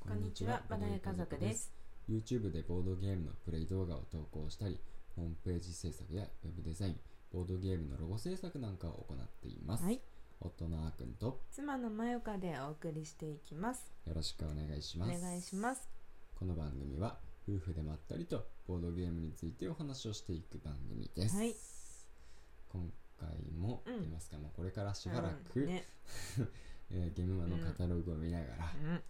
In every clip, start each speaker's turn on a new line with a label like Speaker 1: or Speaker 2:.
Speaker 1: こんにちは、マダヤ家族で。す。
Speaker 2: YouTube でボードゲームのプレイ動画を投稿したり、ホームページ制作やウェブデザイン、ボードゲームのロゴ制作なんかを行っています。
Speaker 1: はい、
Speaker 2: 夫のあーくんと
Speaker 1: 妻のまよかでお送りしていきます。
Speaker 2: よろしくお願いし
Speaker 1: お
Speaker 2: ます。
Speaker 1: 願いします。
Speaker 2: この番組は夫婦でまったりとボードゲームについてお話をしていく番組です。
Speaker 1: はい
Speaker 2: 今回も、
Speaker 1: うん
Speaker 2: 言いますか、もうこれからしばらく、
Speaker 1: うんね、
Speaker 2: えーゲームマンのカタログを見ながら、
Speaker 1: う
Speaker 2: あ
Speaker 1: ん、
Speaker 2: の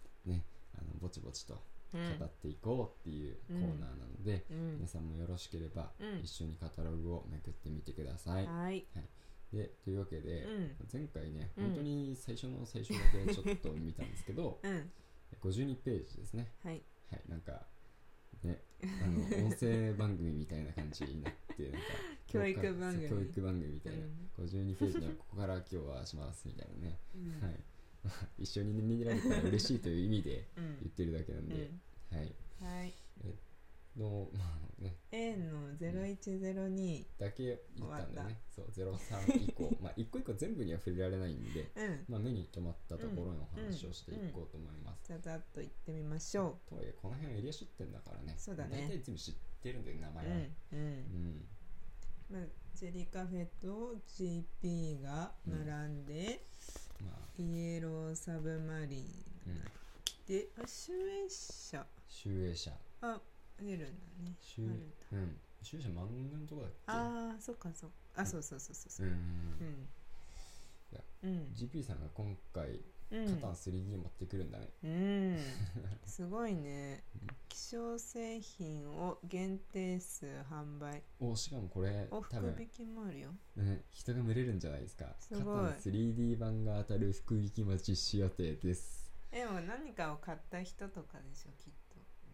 Speaker 2: ぼちぼちと
Speaker 1: うん
Speaker 2: 語っていこうっていうコーナーなので、
Speaker 1: うん
Speaker 2: 皆、さんもよろしければ
Speaker 1: うん
Speaker 2: 一緒にカタログをめくってみてください。
Speaker 1: はい、
Speaker 2: でというわけ
Speaker 1: う
Speaker 2: で、
Speaker 1: ん、
Speaker 2: 前回ね
Speaker 1: うん
Speaker 2: 本当に最初の最初だけちょっと見たんですけど
Speaker 1: うん、
Speaker 2: 52ページですね
Speaker 1: はい、
Speaker 2: はいなんかねあ の音声番組みたいな感じになってなんか
Speaker 1: 教育番組
Speaker 2: 教育番組みたいな、
Speaker 1: うん
Speaker 2: 52ページのここから今日はしますみたいなね、
Speaker 1: うん
Speaker 2: はい 一緒に見られたら嬉しいという意味で
Speaker 1: う
Speaker 2: 言っ
Speaker 1: ん、
Speaker 2: てるだけなんで、はい
Speaker 1: はい。
Speaker 2: のまあね
Speaker 1: A のゼロ一ゼロ二、
Speaker 2: だけ言ったんで
Speaker 1: 終わっ
Speaker 2: ねそう03以 降まあ一個一個全部には触れられないんで、
Speaker 1: うん、
Speaker 2: まあ、目に留まったところのお話をしていこうと思います、
Speaker 1: ざざっと行ってみましょ
Speaker 2: とはいえこの辺はエリア出店だからね
Speaker 1: そうだね
Speaker 2: 大体全部知ってるんだよ名
Speaker 1: う。
Speaker 2: 前
Speaker 1: う
Speaker 2: は、
Speaker 1: ん、うん
Speaker 2: う。ん
Speaker 1: まあ、ジェリカフェと GP が並んで、
Speaker 2: まあ、
Speaker 1: イエローサブマリン
Speaker 2: うん、
Speaker 1: であ集英社
Speaker 2: 集英社
Speaker 1: あ出るんだね
Speaker 2: 集
Speaker 1: あ
Speaker 2: 英
Speaker 1: るんだ
Speaker 2: うん集英社漫画のとこだっけ
Speaker 1: あーそっかそっかあそうそうそうそう
Speaker 2: うん
Speaker 1: そう
Speaker 2: うん
Speaker 1: う
Speaker 2: うん
Speaker 1: ん
Speaker 2: いや
Speaker 1: うん、
Speaker 2: GP さんが今回
Speaker 1: うん
Speaker 2: カタン 3D 持ってくるんだね、
Speaker 1: うん すごいね希少製品を限定数販売
Speaker 2: おしかもこれ
Speaker 1: お
Speaker 2: 多
Speaker 1: 福
Speaker 2: 分
Speaker 1: 引、きもあるよ
Speaker 2: うん、人が群れるんじゃないですか
Speaker 1: すごい
Speaker 2: カタン 3D 版が当たる福引きも実施予定です
Speaker 1: でも何かを買った人とかでしょきっ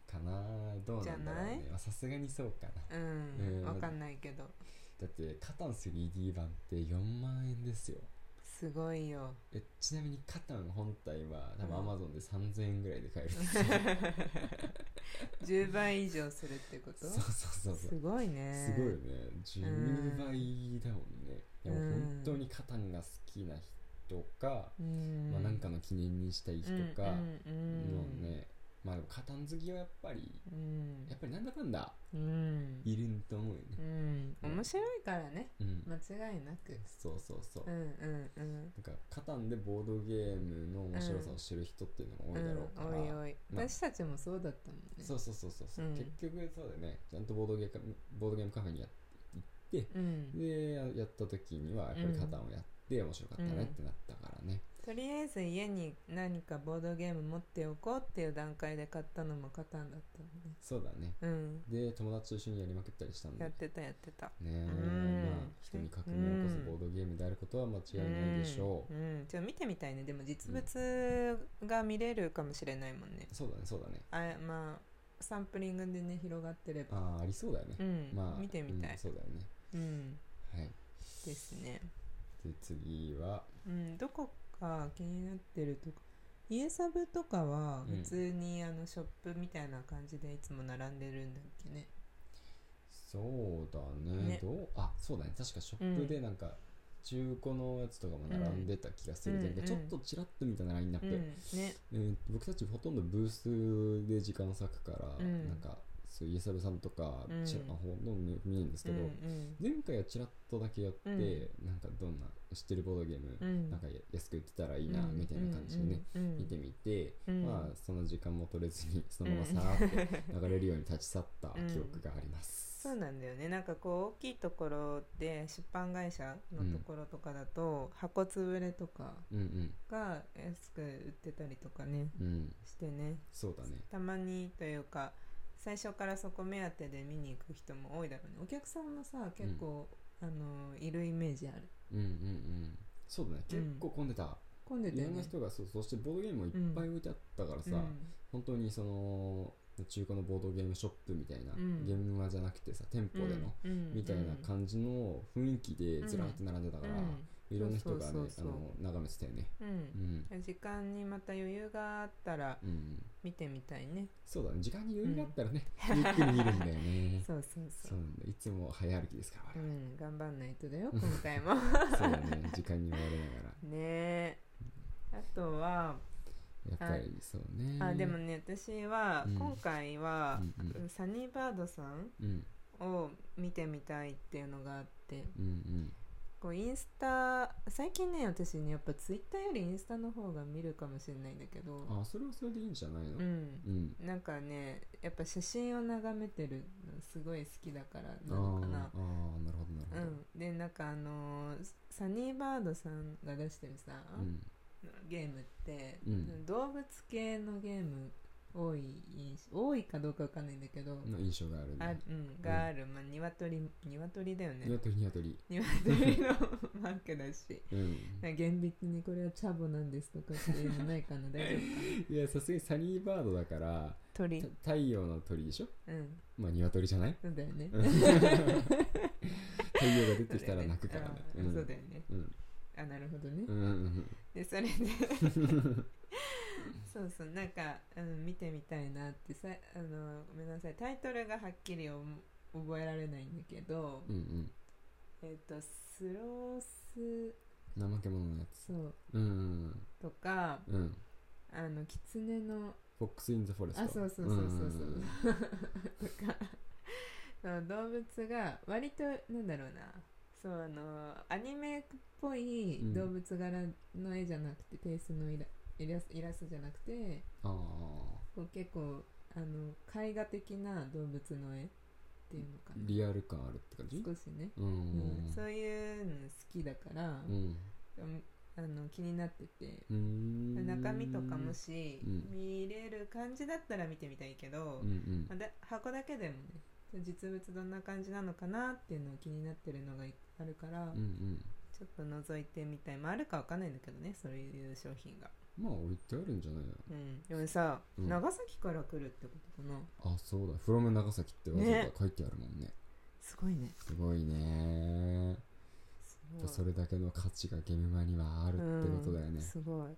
Speaker 2: かなどうなんだろうねまあさすがにそうかな
Speaker 1: とうん、
Speaker 2: うん
Speaker 1: わかんないけど
Speaker 2: だってカタン 3D 版って4万円ですよ
Speaker 1: すごいよ
Speaker 2: えちなみにカタン本体は多分
Speaker 1: う
Speaker 2: ア
Speaker 1: ん
Speaker 2: マゾンで3000円ぐらいで買え る、
Speaker 1: 10倍以上するってこと
Speaker 2: そうそうそうそう
Speaker 1: すごいね
Speaker 2: すごいよね10倍だもんねでも
Speaker 1: うん
Speaker 2: 本当にカタンが好きな人か、
Speaker 1: うん
Speaker 2: まあ、なんかの記念にしたい人か
Speaker 1: う
Speaker 2: の
Speaker 1: んうん
Speaker 2: ねまあでもカタン好きはやっぱり
Speaker 1: うん
Speaker 2: やっぱりなんだかんだ
Speaker 1: うん
Speaker 2: いると思うよね
Speaker 1: うん面白いからね
Speaker 2: うん、
Speaker 1: 間違いなく
Speaker 2: そうそうそう、
Speaker 1: うんうんうん
Speaker 2: なんかカタンでボードゲームの面白さを知る人っていうのが多いだろうから、
Speaker 1: うんおいおい
Speaker 2: まあ
Speaker 1: 私たちもそうだったもんね
Speaker 2: そうそうそうそうそう、
Speaker 1: うん
Speaker 2: 結局そうだよねちゃんとボードゲームボードゲームカフェにやって
Speaker 1: うん
Speaker 2: でややった時にはやっぱりカタンをやって面白かったねってなったからね、
Speaker 1: とりあえず家に何かボードゲーム持っておこうっていう段階で買ったのもカタンだったのね
Speaker 2: そうだね
Speaker 1: うん
Speaker 2: で友達と一緒にやりまくったりしたんだ
Speaker 1: やっ
Speaker 2: ね
Speaker 1: てたやってた
Speaker 2: え、
Speaker 1: ん
Speaker 2: まあ人に革命を起こすボードゲームであることは間違いないでしょう、
Speaker 1: うん、うん、ちょっと見てみたいねでも実物が見れるかもしれないもんね、
Speaker 2: そうだねそうだね
Speaker 1: あまあサンプリングでね広がってれば
Speaker 2: ああありそうだよね
Speaker 1: う、ん、
Speaker 2: まあ
Speaker 1: 見てみた
Speaker 2: うん
Speaker 1: い、
Speaker 2: そうだよね
Speaker 1: うん
Speaker 2: はい
Speaker 1: ですね、
Speaker 2: で次は
Speaker 1: うん、どこか気になってるとこ家サブとかは
Speaker 2: うん
Speaker 1: 普通にあのショップみたいな感じでいつも並んでるんだっけね、
Speaker 2: そうだね
Speaker 1: ね
Speaker 2: どうあそうだね確かショップでなんか中古のやつとかも並んでた気がする、
Speaker 1: うん
Speaker 2: なんかちょっとちらっと見たなラインナップ、
Speaker 1: うんね
Speaker 2: うん僕たちほとんどブースで時間割くから、
Speaker 1: うん
Speaker 2: なんかそうイエサブさんとか、
Speaker 1: うん
Speaker 2: ちらあほとんど見ないんですけど、
Speaker 1: うん
Speaker 2: 前回はちらっとだけやって、
Speaker 1: うん
Speaker 2: なんかどんな知ってるボードゲーム、
Speaker 1: うんうん
Speaker 2: なんかや安く売ってたらいいな、みたいな感じでね、
Speaker 1: うんうん
Speaker 2: 見てみて、
Speaker 1: うん
Speaker 2: まあその時間も取れずにそのままさーって流れるように立ち去った記憶があり ます。
Speaker 1: そうなんだよねなんかこう大きいところで出版会社のところとかだと、箱潰れとか
Speaker 2: うんうん
Speaker 1: が安く売ってたりとかね
Speaker 2: うん、
Speaker 1: してね
Speaker 2: そうだね。
Speaker 1: たまにというか最初からそこ目当てで見に行く人も多いだろうねお客さんもさ結構、あのいるイメージある
Speaker 2: うんうんうん。そうだね。
Speaker 1: うん
Speaker 2: 結構混んでた。
Speaker 1: 混んで
Speaker 2: い
Speaker 1: た
Speaker 2: ろ
Speaker 1: よ
Speaker 2: んな
Speaker 1: ね
Speaker 2: 人がそう、そしてボードゲームもいっぱい置いてあったからさ、本当にその中古のボードゲームショップみたいな、
Speaker 1: うん
Speaker 2: ゲームマじゃなくてさ、店舗での。みたいな感じの雰囲気でずらーって並んでた
Speaker 1: じ
Speaker 2: か
Speaker 1: だ
Speaker 2: ら、いろんな人がね
Speaker 1: そうそうそうそう
Speaker 2: あの眺めてたよね、
Speaker 1: うん、
Speaker 2: うん
Speaker 1: うん時間にまた余裕があったら
Speaker 2: うん、
Speaker 1: 見てみたいね
Speaker 2: そうだね時間に余裕があったら ね、ゆっくり見るんだよね
Speaker 1: そうそうそう
Speaker 2: そうなんだいつも早歩きですから我
Speaker 1: う
Speaker 2: 々、
Speaker 1: ん、頑張んないとだよ今回 も
Speaker 2: そうだね時間に追われながら
Speaker 1: ねえあとは
Speaker 2: やっぱりそうね
Speaker 1: あでもね私は
Speaker 2: うん
Speaker 1: 今回は、
Speaker 2: うんうん
Speaker 1: サニーバードさん
Speaker 2: うん
Speaker 1: を見てみたいっていうのがあって
Speaker 2: うん
Speaker 1: こうインスタ最近ね私ねやっぱツイッターよりインスタの方が見るかもしれないんだけど
Speaker 2: うんあそれはそれでいいんじゃないの
Speaker 1: うん
Speaker 2: うん
Speaker 1: なんかねやっぱ写真を眺めてるのすごい好きだから
Speaker 2: あー
Speaker 1: なのかな
Speaker 2: あーなるほどなるほど
Speaker 1: うん、でなんかあのーサニーバードさんが出してるさ、
Speaker 2: うん
Speaker 1: ゲームって、
Speaker 2: うん
Speaker 1: 動物系のゲーム多い印象多いかどうかわかんないんだけど、
Speaker 2: の印象がある
Speaker 1: あ
Speaker 2: ね
Speaker 1: うん、がある、まあ、鶏鶏だよね
Speaker 2: 鶏鶏
Speaker 1: 鶏のマークだし
Speaker 2: うん
Speaker 1: なんか厳密にこれはチャボなんですとかっていうのないかな大丈 夫
Speaker 2: いやさすがにサニーバードだから
Speaker 1: 鳥
Speaker 2: た太陽の鳥でしょ
Speaker 1: うん
Speaker 2: まあ鶏じゃない
Speaker 1: そうだよね
Speaker 2: うん太陽が出てきたら泣くからね
Speaker 1: そうだよねあーそうだよね
Speaker 2: うん
Speaker 1: あなるほどね、
Speaker 2: うんうん
Speaker 1: でそ れでそうそうなんか、うん、見てみたいなってさあのごめんなさいタイトルがはっきりおも覚えられないんだけど、
Speaker 2: うんうん
Speaker 1: えっ、とスロース
Speaker 2: 怠け者のやつ
Speaker 1: そう
Speaker 2: うん
Speaker 1: とか
Speaker 2: うんうん
Speaker 1: あの狐の
Speaker 2: フォックス・イン・ザ・フォレスト
Speaker 1: あそうそうそうそうそ
Speaker 2: んんん
Speaker 1: うとかその動物が割となんだろうなそうあのアニメっぽい動物柄の絵じゃなくて、ペースのイライラスイラストじゃなくて
Speaker 2: あ
Speaker 1: こう結構あの絵画的な動物の絵っていうのか
Speaker 2: あリアル感あるって感じ
Speaker 1: な少しね、
Speaker 2: うん
Speaker 1: う
Speaker 2: うんん
Speaker 1: そういうの好きだから、
Speaker 2: うん
Speaker 1: うんあの気になってて
Speaker 2: うーん
Speaker 1: 中身とかもし、
Speaker 2: うん
Speaker 1: 見れる感じだったら見てみたいけど
Speaker 2: うんう、ん
Speaker 1: まあだ箱だけでもね実物どんな感じなのかなっていうのを気になってるのがあるから、
Speaker 2: うんうん
Speaker 1: ちょっと覗いてみたい、まあ、あるかわかんないんだけどねそういう商品が、
Speaker 2: まあ置いてあるんじゃない
Speaker 1: うん、でもさ、
Speaker 2: うん
Speaker 1: 長崎から来るってことかな
Speaker 2: のあそうだ「from 長崎」ってわざわざ書いてあるもんね
Speaker 1: すごいね
Speaker 2: すごいね
Speaker 1: す
Speaker 2: やっ
Speaker 1: ご
Speaker 2: ぱ
Speaker 1: い
Speaker 2: それだけの価値がゲームマにはあるってことだよ
Speaker 1: うん
Speaker 2: ね、
Speaker 1: すごい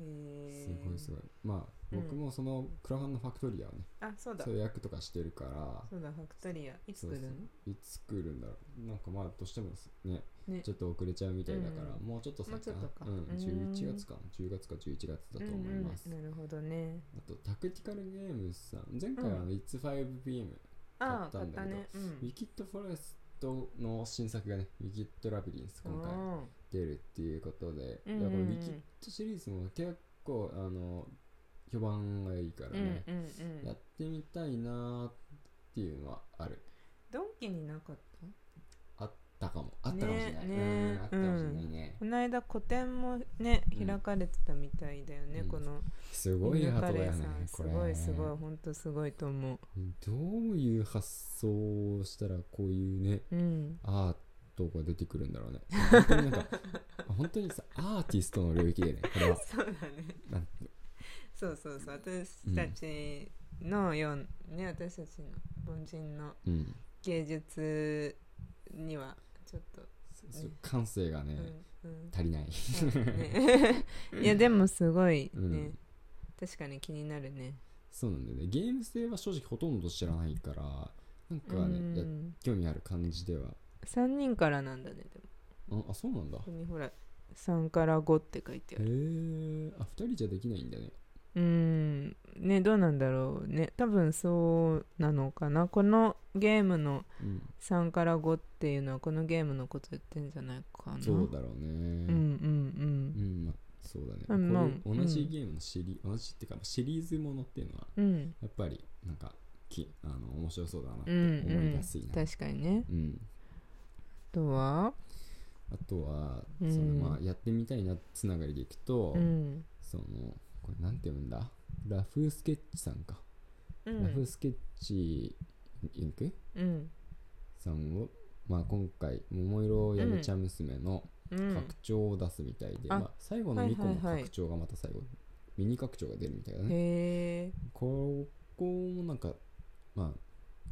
Speaker 1: へ
Speaker 2: すごいすご
Speaker 1: い
Speaker 2: いまあ
Speaker 1: うん
Speaker 2: 僕もそのクラファンのファクトリアをね、
Speaker 1: あそうだ
Speaker 2: そういう役とかしてるから
Speaker 1: そうだファクトリアいつ来る
Speaker 2: そう
Speaker 1: の
Speaker 2: そういつ来るんだろうなんかまあどうしてもね
Speaker 1: ね
Speaker 2: ちょっと遅れちゃうみたいだから、
Speaker 1: うん
Speaker 2: もうちょっと先かな
Speaker 1: もうちょっと
Speaker 2: う
Speaker 1: か
Speaker 2: ん
Speaker 1: うん、
Speaker 2: 11月かな10月か11月だと思います、
Speaker 1: うんうん、なるほどね
Speaker 2: あとタクティカルゲームズさん前回はあの It's 5pm、
Speaker 1: ああ
Speaker 2: 買
Speaker 1: 買
Speaker 2: っ
Speaker 1: ったた
Speaker 2: んだ
Speaker 1: ね
Speaker 2: け
Speaker 1: う
Speaker 2: ウ
Speaker 1: ん
Speaker 2: ィキッドフォレストの新作がねウィキッドラビリンス今回出るっていうことで、
Speaker 1: うんうんうん
Speaker 2: だからこのウィキッドシリーズも結構あの評判がいいから
Speaker 1: うんうん
Speaker 2: ね、
Speaker 1: うんう
Speaker 2: や
Speaker 1: ん
Speaker 2: ってみたいなーっていうのはある
Speaker 1: ドンキになかった
Speaker 2: あったかもあったかもしれない、
Speaker 1: ね
Speaker 2: うん
Speaker 1: ね
Speaker 2: あったかもしれないね、
Speaker 1: この間個展もね
Speaker 2: うん
Speaker 1: 開かれてたみたいだよね、
Speaker 2: うん
Speaker 1: この
Speaker 2: すごい
Speaker 1: インド
Speaker 2: ハー
Speaker 1: カ
Speaker 2: トだ
Speaker 1: レ
Speaker 2: よ
Speaker 1: ー
Speaker 2: ね
Speaker 1: さん
Speaker 2: こ
Speaker 1: す
Speaker 2: れ
Speaker 1: ごいすごい本当すごいと思う
Speaker 2: どういう発想をしたらこういうね
Speaker 1: うん
Speaker 2: アートが出てくるんだろうね本当になん か本当にさアーティストの領域でねこれは
Speaker 1: そうだね
Speaker 2: なんて
Speaker 1: そうそうそう私たちのよう、ね私たちの凡人の
Speaker 2: うん
Speaker 1: 芸術にはちょっと、
Speaker 2: そそう感性がね、
Speaker 1: うんうん
Speaker 2: 足りない
Speaker 1: ねいやでもすごいね、
Speaker 2: うん
Speaker 1: 確かに気になるね
Speaker 2: そうなんだよねゲーム性は正直ほとんど知らないからなんかね、
Speaker 1: う
Speaker 2: や
Speaker 1: ん、
Speaker 2: 興味ある感じでは
Speaker 1: 3人からなんだねでも
Speaker 2: ああそうなんだ
Speaker 1: ここ
Speaker 2: へ
Speaker 1: にほら3から5って書いてあ
Speaker 2: え
Speaker 1: る
Speaker 2: あ二人じゃできないんだね
Speaker 1: うんねどうなんだろうね多分そうなのかなこのゲームの
Speaker 2: うん
Speaker 1: 3から5っていうのはこのゲームのこと言ってんじゃないかな
Speaker 2: そうだろうね
Speaker 1: うんうん
Speaker 2: うんまあそうだね、
Speaker 1: うんまあ
Speaker 2: これ同
Speaker 1: う
Speaker 2: じ
Speaker 1: ん
Speaker 2: ゲームのシリ、同じっていうかまあシリーズものっていうのは
Speaker 1: うんうん
Speaker 2: やっぱりなんかきあの面白そうだなって
Speaker 1: うん
Speaker 2: 思いやすいな、
Speaker 1: 確かにね
Speaker 2: うん
Speaker 1: あとは
Speaker 2: あとは、
Speaker 1: うん
Speaker 2: そのまあやってみたいなつながりでいくと、
Speaker 1: うん
Speaker 2: そのこれなんて読むんだラフスケッチさんか、
Speaker 1: う
Speaker 2: ラフ
Speaker 1: ん
Speaker 2: スケッチインク
Speaker 1: うん
Speaker 2: さんを、まあ、今回「桃色やめちゃ娘」の
Speaker 1: うん
Speaker 2: 拡張を出すみたいで、
Speaker 1: あ
Speaker 2: まあ、最後の
Speaker 1: はい
Speaker 2: 2個
Speaker 1: はいは
Speaker 2: の
Speaker 1: い
Speaker 2: 拡張がまた最後、ミニ拡張が出るみたいだね
Speaker 1: へえ
Speaker 2: ここもなんかまあ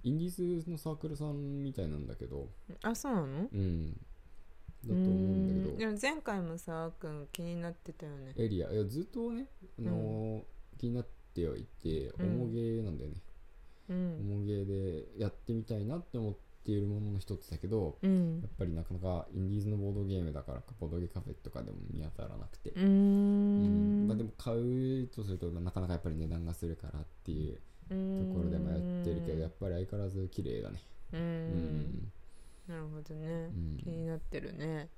Speaker 2: インディーズのサークルさんみたいなんだけど
Speaker 1: あそうなの
Speaker 2: うんだと思うんだ
Speaker 1: うーん
Speaker 2: け
Speaker 1: で
Speaker 2: ど
Speaker 1: も前回もさあーくん気になってたよね
Speaker 2: エリアいやずっとね、あのー気になってはいて
Speaker 1: うん
Speaker 2: 重げなんだよね、
Speaker 1: うん
Speaker 2: 重げでやってみたいなって思ってっているものの一つだけど
Speaker 1: うん
Speaker 2: やっぱりなかなかインディーズのボードゲームだからかボードゲカフェとかでも見当たらなくて、
Speaker 1: うーん
Speaker 2: まあ、でも買うとするとなかなかやっぱり値段がするからっていう
Speaker 1: と
Speaker 2: ところで迷ってるけどやっ
Speaker 1: ぱ
Speaker 2: ぱり相変わらず綺麗だね
Speaker 1: う
Speaker 2: うんん
Speaker 1: なるほどね
Speaker 2: うん
Speaker 1: 気になってるね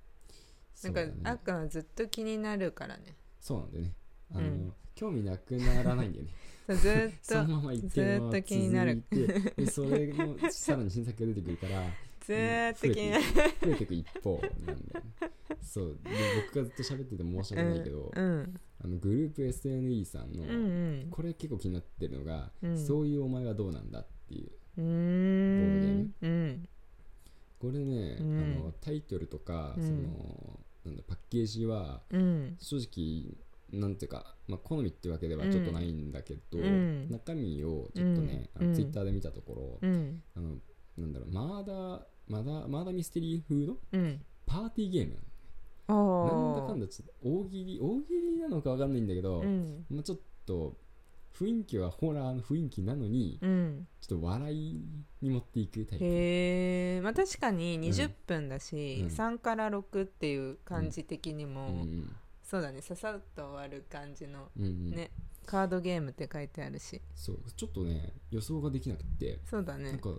Speaker 2: そ
Speaker 1: な
Speaker 2: うん
Speaker 1: か
Speaker 2: だね
Speaker 1: 赤はずっと気になるからね
Speaker 2: そうなんだよねあの、
Speaker 1: うん
Speaker 2: 興味なくならないんだよね
Speaker 1: そうずーっ
Speaker 2: その
Speaker 1: と
Speaker 2: まま行ってるまま
Speaker 1: ずーっと気になる
Speaker 2: 続いてでそれのさらに新作が出てくるから
Speaker 1: ずーっと気になる
Speaker 2: 増えていく一方なんだよねそうで僕がずっと喋ってて申し訳ないけど、
Speaker 1: うん
Speaker 2: あのグループ SNE さんの、
Speaker 1: うんうん
Speaker 2: これ結構気になってるのが、
Speaker 1: うん
Speaker 2: そういうお前はどうなんだっていう
Speaker 1: うーんうん
Speaker 2: これね、
Speaker 1: うん
Speaker 2: あのタイトルとか、
Speaker 1: うん
Speaker 2: そのなんだパッケージは
Speaker 1: うん
Speaker 2: 正直なんていうか、まあ、好みってわけではちょっとないんだけど、
Speaker 1: うん
Speaker 2: 中身をちょっとね、
Speaker 1: うん
Speaker 2: あ
Speaker 1: う
Speaker 2: の
Speaker 1: ん
Speaker 2: ツイッターで見たところ、
Speaker 1: うん
Speaker 2: あのなんだろうマーダーマーダーマーダーミステリー風の
Speaker 1: うん
Speaker 2: パーティーゲーム
Speaker 1: あ
Speaker 2: な
Speaker 1: ー
Speaker 2: のなんだかんだちょっと大喜利大喜利なのかわかんないんだけど、
Speaker 1: うん
Speaker 2: まあ、ちょっと雰囲気はホラーの雰囲気なのに
Speaker 1: うん
Speaker 2: ちょっと笑いに持っていくタイプ
Speaker 1: へえまあ確かに20分だし、
Speaker 2: うん
Speaker 1: 3から6っていう感じ的にも、
Speaker 2: うん
Speaker 1: そうだねささっと終わる感じの
Speaker 2: うんうん
Speaker 1: ねカードゲームって書いてあるし
Speaker 2: そうちょっとね予想ができなくて
Speaker 1: そうだ
Speaker 2: なん
Speaker 1: ね
Speaker 2: かち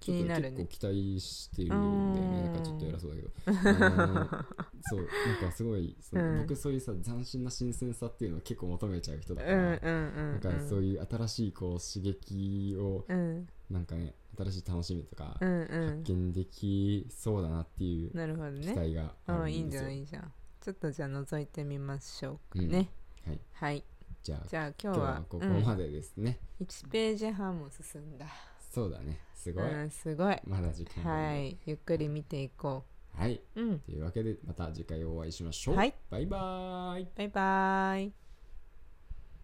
Speaker 1: 気
Speaker 2: ょっと
Speaker 1: になる
Speaker 2: 結構
Speaker 1: ね
Speaker 2: 期待してるんだよね
Speaker 1: うー
Speaker 2: な
Speaker 1: ん
Speaker 2: んかちょっと偉そうだけ どあのそうなんかすごいその、
Speaker 1: うん
Speaker 2: 僕そういうさ斬新な新鮮さっていうのを結構求めちゃう人
Speaker 1: う
Speaker 2: だ
Speaker 1: ん
Speaker 2: か
Speaker 1: う
Speaker 2: ら、
Speaker 1: んう
Speaker 2: な
Speaker 1: ん
Speaker 2: んかそういう新しいこう刺激を
Speaker 1: うん
Speaker 2: なんかね新しい楽しみとか
Speaker 1: うんうん
Speaker 2: 発見できそうだなっていう
Speaker 1: なるほど
Speaker 2: 期
Speaker 1: ね
Speaker 2: 待があ
Speaker 1: あ
Speaker 2: る
Speaker 1: いい
Speaker 2: ん
Speaker 1: ん
Speaker 2: で
Speaker 1: じ
Speaker 2: す
Speaker 1: ゃ
Speaker 2: よ、
Speaker 1: ないいいじゃんちょっとじゃあ覗いてみましょうか
Speaker 2: うん
Speaker 1: ね、
Speaker 2: はい
Speaker 1: はい
Speaker 2: じゃあ
Speaker 1: じゃあ
Speaker 2: 今
Speaker 1: 今日
Speaker 2: 日
Speaker 1: は
Speaker 2: はここ
Speaker 1: うん、
Speaker 2: までですね、
Speaker 1: 1ページ半も進んだ
Speaker 2: そうだねすごい、
Speaker 1: うんすごい
Speaker 2: まだ時間が
Speaker 1: は
Speaker 2: ある
Speaker 1: いゆっくり見ていこ
Speaker 2: はい、
Speaker 1: ううん
Speaker 2: というわけでまた次回お会いしましょう、
Speaker 1: はい
Speaker 2: バイバーイ
Speaker 1: バイバイ